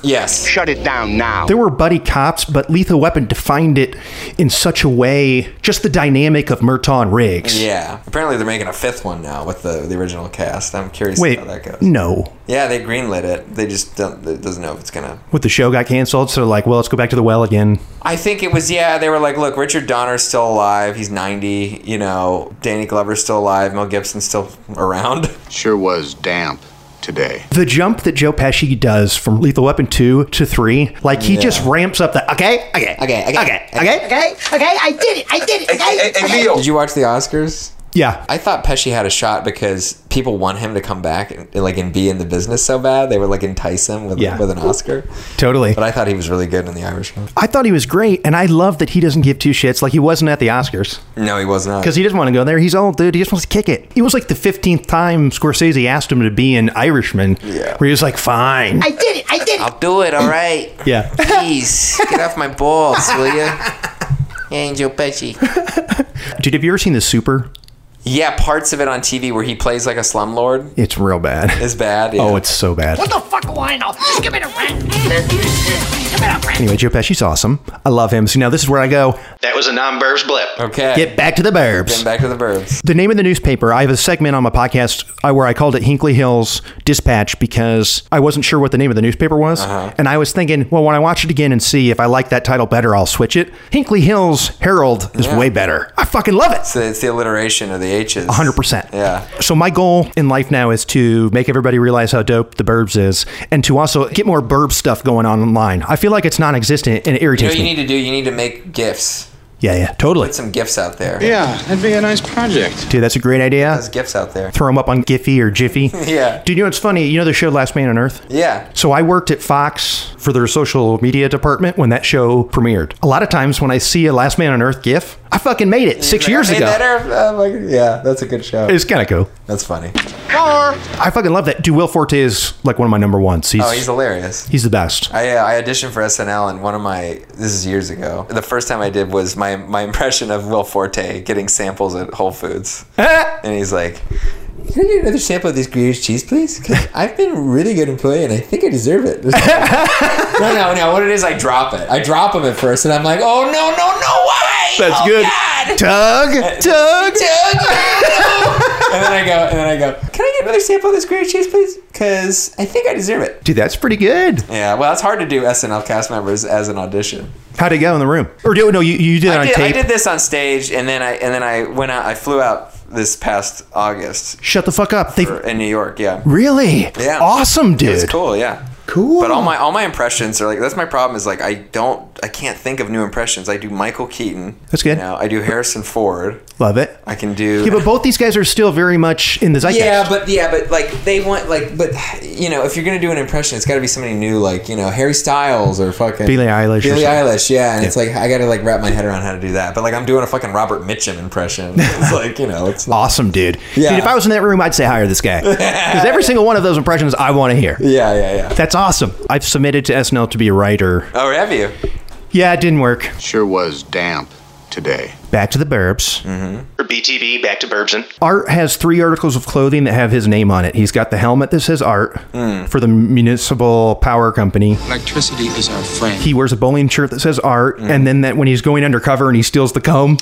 S3: yes.
S19: Shut it down now.
S7: There were buddy cops, but Lethal Weapon defined it in such a way, just the dynamic of Murtaugh and Riggs.
S3: Yeah. Apparently they're making a fifth one now with the the original cast. I'm curious
S7: Wait,
S3: how that goes.
S7: no.
S3: Yeah, they greenlit it. They just don't, it doesn't know if it's gonna.
S7: With the show got canceled, so they're like, well, let's go back to the well again.
S3: I think it was yeah. They were like, look, Richard Donner's still alive. He's ninety. You know, Danny Glover's still alive. Mel Gibson's still around. Sure was damp today.
S7: The jump that Joe Pesci does from Lethal Weapon 2 to 3, like he
S3: Yeah.
S7: just ramps up the, okay, okay,
S3: Okay, okay,
S7: okay, okay.
S10: Okay, okay, I did it, I did it, okay? okay.
S3: Did you watch the Oscars?
S7: Yeah.
S3: I thought Pesci had a shot because people want him to come back and like and be in the business so bad. They would like entice him with,
S7: Yeah.
S3: with an Oscar.
S7: Totally.
S3: But I thought he was really good in The Irishman.
S7: I thought he was great, and I love that he doesn't give two shits. Like he wasn't at the Oscars
S3: No, he was not.
S7: because he doesn't want to go there. He's old, dude. He just wants to kick it. It was like the fifteenth time Scorsese asked him to be an Irishman. Yeah, where he was like, "Fine."
S10: I did it, I did it.
S3: I'll do it. All right.
S7: yeah,
S3: Please get off my balls, will you? Angel Pesci.
S7: dude. Have you ever seen The Super?
S3: Yeah, parts of it on TV where he plays like a slumlord
S7: It's real bad.
S3: is bad. yeah.
S7: Oh, it's so bad.
S10: What the fuck do I know? Just give me the rent. Give me the rent.
S7: Anyway, Joe Pesci's awesome. I love him. So now this is where I go.
S19: That was a non-burbs blip.
S3: Okay.
S7: Get back to the
S3: Getting
S7: burbs.
S3: back to the burbs.
S7: The name of the newspaper, I have a segment on my podcast uh, where I called it Hinkley Hills Dispatch because I wasn't sure what the name of the newspaper was.
S3: Uh-huh.
S7: And I was thinking, well, when I watch it again and see if I like that title better, I'll switch it. Hinkley Hills Herald is
S3: Yeah.
S7: way better. I fucking love it.
S3: So it's the alliteration of the H's.
S7: 100%.
S3: Yeah.
S7: So my goal in life now is to make everybody realize how dope the Burbs is and to also get more Burb stuff going on online. I feel like it's non-existent and it
S3: You know
S7: irritates
S3: what you
S7: me.
S3: need to do? You need to make gifts.
S7: yeah, yeah, totally.
S3: Put some gifts out there.
S17: Yeah, that'd be a nice project.
S7: Dude, that's a great idea.
S3: There's gifts out there.
S7: Throw them up on Giphy or Jiffy.
S3: Yeah.
S7: Dude, you know what's funny? You know the show Last Man on Earth?
S3: Yeah.
S7: So I worked at Fox for their social media department when that show premiered. A lot of times when I see a Last Man on Earth GIF, I fucking made it six years ago.
S3: Uh, yeah, that's a good show.
S7: It's kind of cool.
S3: That's funny.
S7: I fucking love that. Dude, Will Forte is like one of my number ones. He's,
S3: oh, he's hilarious.
S7: he's the best.
S3: I, uh, I auditioned for SNL, and one of my this is years ago. The first time I did was my my impression of Will Forte getting samples at Whole Foods, and he's like, "Can I get another sample of this Gruyere cheese, please? 'Cause I've been a really good employee, and I think I deserve it." no, no, no. What it is, I drop it. I drop him at first, and I'm like, "Oh no, no, no! Why?
S7: That's
S3: Oh,
S7: good.
S3: God!"
S7: Tug, tug,
S3: and then I go, and then I go, "Can I get another sample of this Gruyere cheese, please? Because I think I deserve it."
S7: Dude, that's pretty good.
S3: Yeah, well, it's hard to do SNL cast members as an audition.
S7: How'd it go in the room? Or do no? You, you did it
S3: I
S7: on
S3: did, I
S7: tape.
S3: did this on stage, and then I and then I went out. I flew out this past August
S7: Shut the fuck up. They
S3: for- in New York. Yeah,
S7: really?
S3: yeah,
S7: Awesome, dude.
S3: It's cool. Yeah,
S7: Cool.
S3: But all my all my impressions are like that's my problem is like I don't I can't think of new impressions. I do Michael Keaton.
S7: That's good.
S3: You know, I do Harrison Ford.
S7: Love it.
S3: I can do.
S7: Yeah, but both these guys are still very much in the zeitgeist.
S3: Yeah, but yeah, but like they want like, but you know, if you're gonna do an impression, it's got to be somebody new, like you know, Harry Styles or fucking
S7: Billie Eilish or
S3: Billie
S7: something.
S3: Eilish, yeah. And it's like I got to like wrap my head around how to do that. But like I'm doing a fucking Robert Mitchum impression. It's like you know, it's
S7: awesome, dude.
S3: Yeah.
S7: Dude, if I was in that room, I'd say hire this guy because every single one of those impressions I want to hear.
S3: Yeah, yeah, yeah.
S7: That's awesome. I've submitted to SNL to be a writer.
S3: Oh, have you?
S7: Yeah, it didn't work.
S19: Sure was damp today.
S7: Back to the burbs. Mm-hmm.
S19: For BTB, back to Burbsin.
S7: Art has three articles of clothing that have his name on it. He's got the helmet that says Art
S3: Mm.
S7: for the municipal power company.
S17: Electricity is our friend.
S7: He wears a bowling shirt that says Art,
S3: Mm.
S7: and then that when he's going undercover and he steals the comb,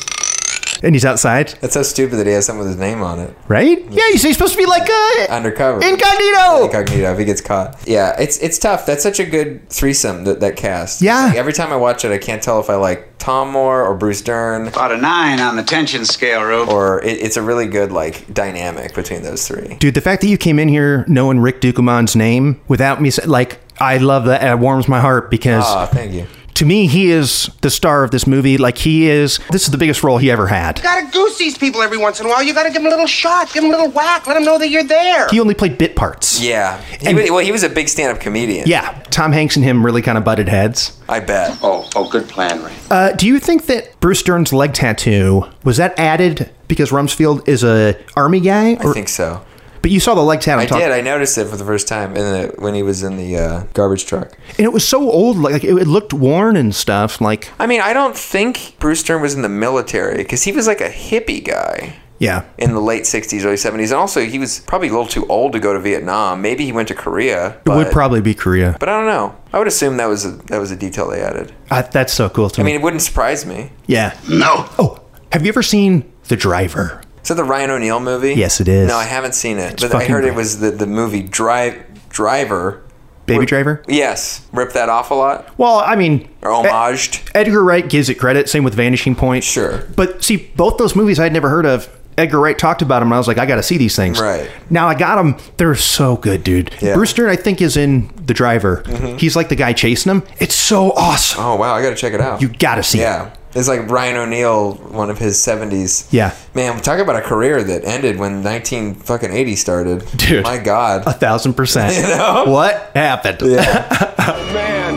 S7: and he's outside,
S3: That's so stupid that he has something with his name on it.
S7: right? Yeah, he's, he's supposed to be like uh,
S3: Undercover.
S7: incognito.
S3: Incognito. If he gets caught. Yeah, it's it's tough. That's such a good threesome that that cast.
S7: Yeah.
S3: Like, every time I watch it, I can't tell if I like Tom Moore or Bruce Dern.
S16: About a nine on the tension scale, Rube.
S3: or it, it's a really good like dynamic between those three.
S7: Dude, the fact that you came in here knowing Rick Dukeman's name without me, sa- like, I love that. It warms my heart because
S3: Ah, thank you.
S7: to me, he is the star of this movie. Like, he is, this is the biggest role he ever had.
S13: gotta goose these people every once in a while. You gotta give them a little shot, give them a little whack, let them know that you're there.
S7: He only played bit parts.
S3: Yeah, he,
S7: And-
S3: wa- well, he was a big stand-up comedian.
S7: Yeah. Tom Hanks and him really kind of butted heads.
S3: I bet.
S19: Oh, oh, good plan, Ray.
S7: Uh, do you think that Bruce Dern's leg tattoo was that added because Rumsfeld is a army guy?
S3: I
S7: Or-
S3: think so.
S7: But you saw the leg tattoo.
S3: I
S7: I'm talking-
S3: did. I noticed it for the first time in the, when he was in the uh, garbage truck.
S7: and it was so old, like it, it looked worn and stuff. Like,
S3: I mean, I don't think Bruce Dern was in the military because he was like a hippie guy
S7: yeah,
S3: in the late '60s, early '70s, and also he was probably a little too old to go to Vietnam. Maybe he went to Korea.
S7: it
S3: But,
S7: would probably be Korea.
S3: but I don't know. I would assume that was a, that was a detail they added.
S7: Uh, that's so cool to
S3: I
S7: me.
S3: mean, it wouldn't surprise me.
S7: yeah.
S19: No.
S7: Oh, have you ever seen The Driver?
S3: Is that the Ryan O'Neal movie?
S7: Yes, it is.
S3: No, I haven't seen it, but I
S7: fucking
S3: heard
S7: great.
S3: it was the, the movie Drive Driver.
S7: Baby Driver?
S3: Yes, ripped that off a lot
S7: Well, I mean,
S3: or homaged.
S7: Edgar Wright gives it credit. Same with Vanishing Point.
S3: Sure.
S7: But see, both those movies I'd never heard of. Edgar Wright talked about them, and I was like, I got to see these things.
S3: Right.
S7: Now I got them. They're so good, dude.
S3: Yeah. Mm-hmm.
S7: Bruce Dern, I think, is in The Driver. He's like the guy chasing him. It's so awesome.
S3: Oh wow, I gotta check it out.
S7: You got to see it.
S3: yeah, it's like Ryan O'Neal, one of his seventies.
S7: Yeah.
S3: man, talk about a career that ended when nineteen fucking eighty started.
S7: Dude.
S3: my God.
S7: A thousand percent. What happened?
S3: Yeah.
S10: Man.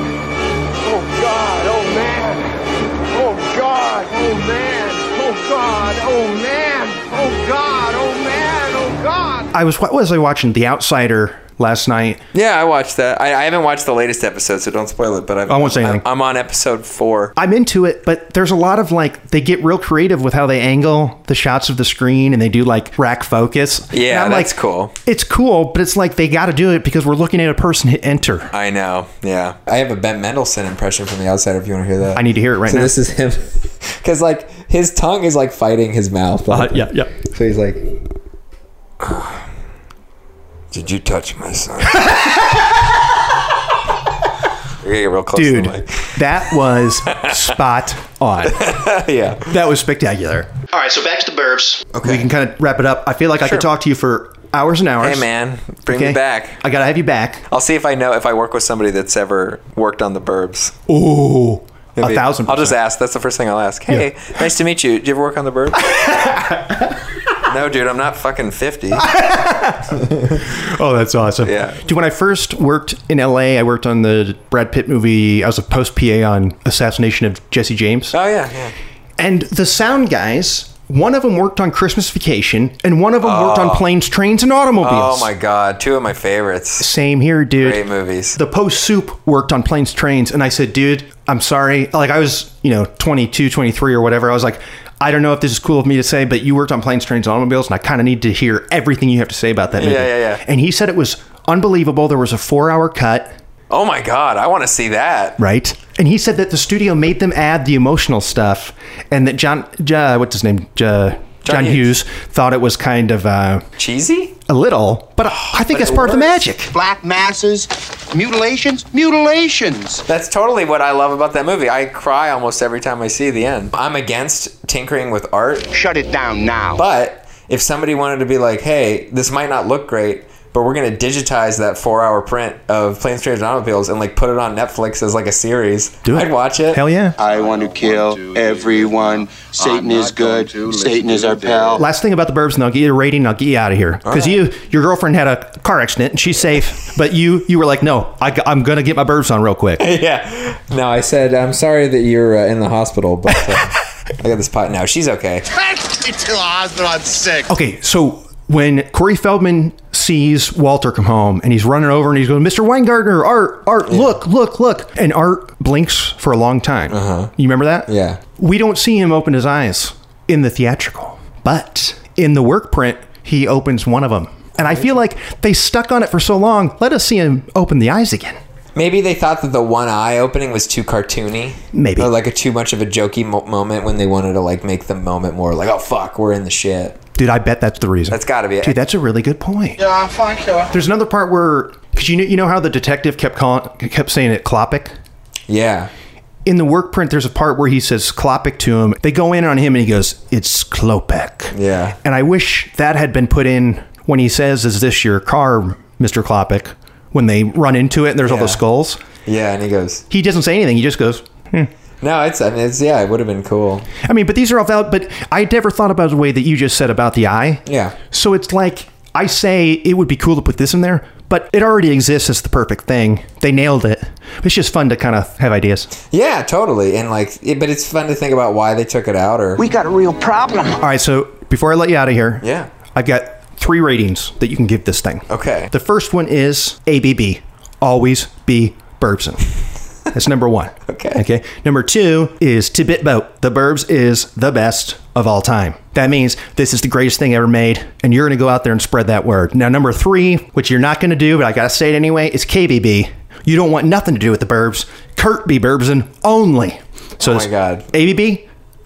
S10: Oh, God. Oh, man. Oh, God. Oh, man. Oh, God. Oh, man. Oh, God. Oh, man. Oh, God.
S7: I was, what was I watching? The Outsider last night.
S3: yeah, I watched that. I, I haven't watched the latest episode, so don't spoil it. But I've,
S7: I won't say anything.
S3: I'm, I'm on episode four.
S7: I'm into it, but there's a lot of like they get real creative with how they angle the shots of the screen and they do like rack focus.
S3: Yeah,
S7: And I'm
S3: that's
S7: like,
S3: cool.
S7: It's cool, but it's like they got to do it because we're looking at a person hit enter.
S3: I know. Yeah, I have a Ben Mendelsohn impression from the outside. If you want to hear that,
S7: I need to hear it right
S3: so
S7: now.
S3: this is him, because like his tongue is like fighting his mouth.
S7: Uh,
S3: Like,
S7: yeah, yeah.
S3: So he's like, "Did you touch my son?" You're gonna get real close,
S7: Dude,
S3: To the mic.
S7: that was spot on.
S3: yeah.
S7: That was spectacular.
S19: All right, so back to the Burbs.
S7: We can kind of wrap it up. I feel like I could talk to you for hours and hours.
S3: Hey man, bring
S7: Okay?
S3: me back.
S7: I got to have you back.
S3: I'll see if I know if I work with somebody that's ever worked on the burbs.
S7: Ooh, a
S3: Maybe-
S7: thousand
S3: I'll just
S7: percent.
S3: ask. That's the first thing I'll ask. Hey, nice to meet you. Did you ever work on the burbs? no, dude, I'm not fucking fifty.
S7: Oh, that's awesome.
S3: Yeah.
S7: Dude, when I first worked in LA, I worked on the Brad Pitt movie. I was a post PA on Assassination of Jesse James.
S3: Oh yeah, yeah.
S7: And the sound guys, one of them worked on Christmas Vacation, and one of them worked on
S3: Oh.
S7: Planes, Trains, and Automobiles.
S3: Oh my god, two of my favorites.
S7: Same here, dude.
S3: Great movies.
S7: The post soup worked on planes, trains, and I said, dude, I'm sorry. Like, I was, you know, 22, 23 or whatever. I was like, I don't know if this is cool of me to say, but you worked on planes, trains, and automobiles, and I kind of need to hear everything you have to say about that movie.
S3: Yeah, yeah, yeah.
S7: And he said it was unbelievable. There was a four hour cut,
S3: Oh my god, I want to see that.
S7: right? And he said that the studio made them add the emotional stuff, and that John, uh, what's his name? Uh, John,
S3: John
S7: Hughes. thought it was kind of uh,
S3: cheesy,
S7: a little, but I think
S13: But
S7: it's
S13: it
S7: part of the
S13: works.
S7: magic.
S13: Black masses, mutilations, mutilations.
S3: That's totally what I love about that movie. I cry almost every time I see the end. I'm against tinkering with art.
S13: Shut it down now.
S3: But if somebody wanted to be like, hey, this might not look great, but we're going to digitize that four hour print of Planes, Trains, and Automobiles and like put it on Netflix as like a series,
S7: Do it.
S3: I'd watch it.
S7: Hell yeah.
S13: I want to kill everyone. Satan is good. Satan is our pal.
S7: Last thing about the burbs, and I'll get you a rating. and I'll get you out of here because you, your girlfriend had a car accident and she's safe, but you, you were like, no, I, am gonna get my burbs on real quick.
S3: yeah. No, I said, I'm sorry that you're uh, in the hospital, but uh, I got this pot now. She's okay.
S13: Take me to the hospital. I'm sick.
S7: Okay, so when Corey Feldman sees Walter come home and he's running over and he's going, Mr. Weingartner, Art, Art, look, look, look, and Art blinks for a long time. Uh-huh. You remember that?
S3: Yeah.
S7: We don't see him open his eyes in the theatrical, but in the work print, he opens one of them. And I feel like they stuck on it for so long. Let us see him open the eyes again.
S3: Maybe they thought that the one eye opening was too cartoony.
S7: Maybe.
S3: Or like a too much of a jokey mo- moment when they wanted to like make the moment more like, oh fuck, we're in the shit.
S7: Dude, I bet that's the reason.
S3: That's gotta be it.
S7: Dude, that's a really good point.
S13: Yeah, fine, sure.
S7: There's another part where because you know you know how the detective kept calling kept saying it Klopik.
S3: Yeah.
S7: In the work print, there's a part where he says Klopik to him. They go in on him and he goes, "It's Klopek."
S3: Yeah.
S7: And I wish that had been put in when he says, "Is this your car, Mister Klopik?" When they run into it and there's all
S3: Yeah.
S7: the skulls,
S3: Yeah, and he goes,
S7: he doesn't say anything. He just goes. "Hmm."
S3: No, it's I mean, it's yeah, it would have been cool.
S7: I mean, but these are all valid. But I never thought about the way that you just said about the eye.
S3: Yeah.
S7: So it's like I say it would be cool to put this in there, but it already exists as the perfect thing. They nailed it. It's just fun to kind of have ideas.
S3: Yeah, totally. And like it, but it's fun to think about why they took it out or
S13: We got a real problem.
S7: All right, so before I let you out of here,
S3: Yeah.
S7: I've got three ratings that you can give this thing.
S3: Okay.
S7: The first one is ABB, always be Burbson. That's number one.
S3: Okay.
S7: Okay. Number two is Tibit Boat. The Burbs is the best of all time. That means this is the greatest thing ever made, and you're going to go out there and spread that word. Now, number three, which you're not going to do, but I got to say it anyway, is KBB. You don't want nothing to do with the Burbs. Kurt B. Burbson only. So
S3: Oh my
S7: it's
S3: God.
S7: ABB,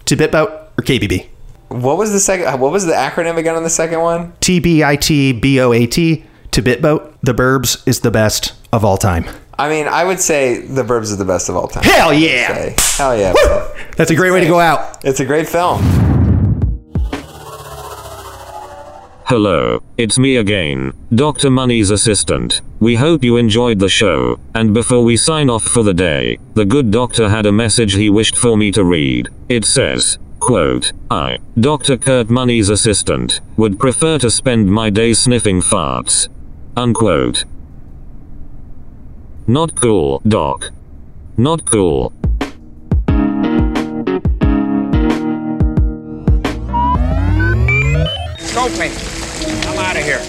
S7: Tibit Boat, or KBB.
S3: What was the second what was the acronym again on the second one?
S7: T B I T B O A T, Tibit Boat. The Burbs is the best of all time.
S3: I mean, I would say The Burbs is the best of all time.
S7: Hell yeah!
S3: Say. Hell yeah. bro.
S7: That's a great way to go out.
S3: It's a great film.
S5: Hello, it's me again, Dr. Money's assistant. We hope you enjoyed the show, and before we sign off for the day, the good doctor had a message he wished for me to read. It says, quote, I, Dr. Kurt Money's assistant, would prefer to spend my day sniffing farts. Unquote. Not cool, doc. Not cool.
S13: Go, me. I'm out of here.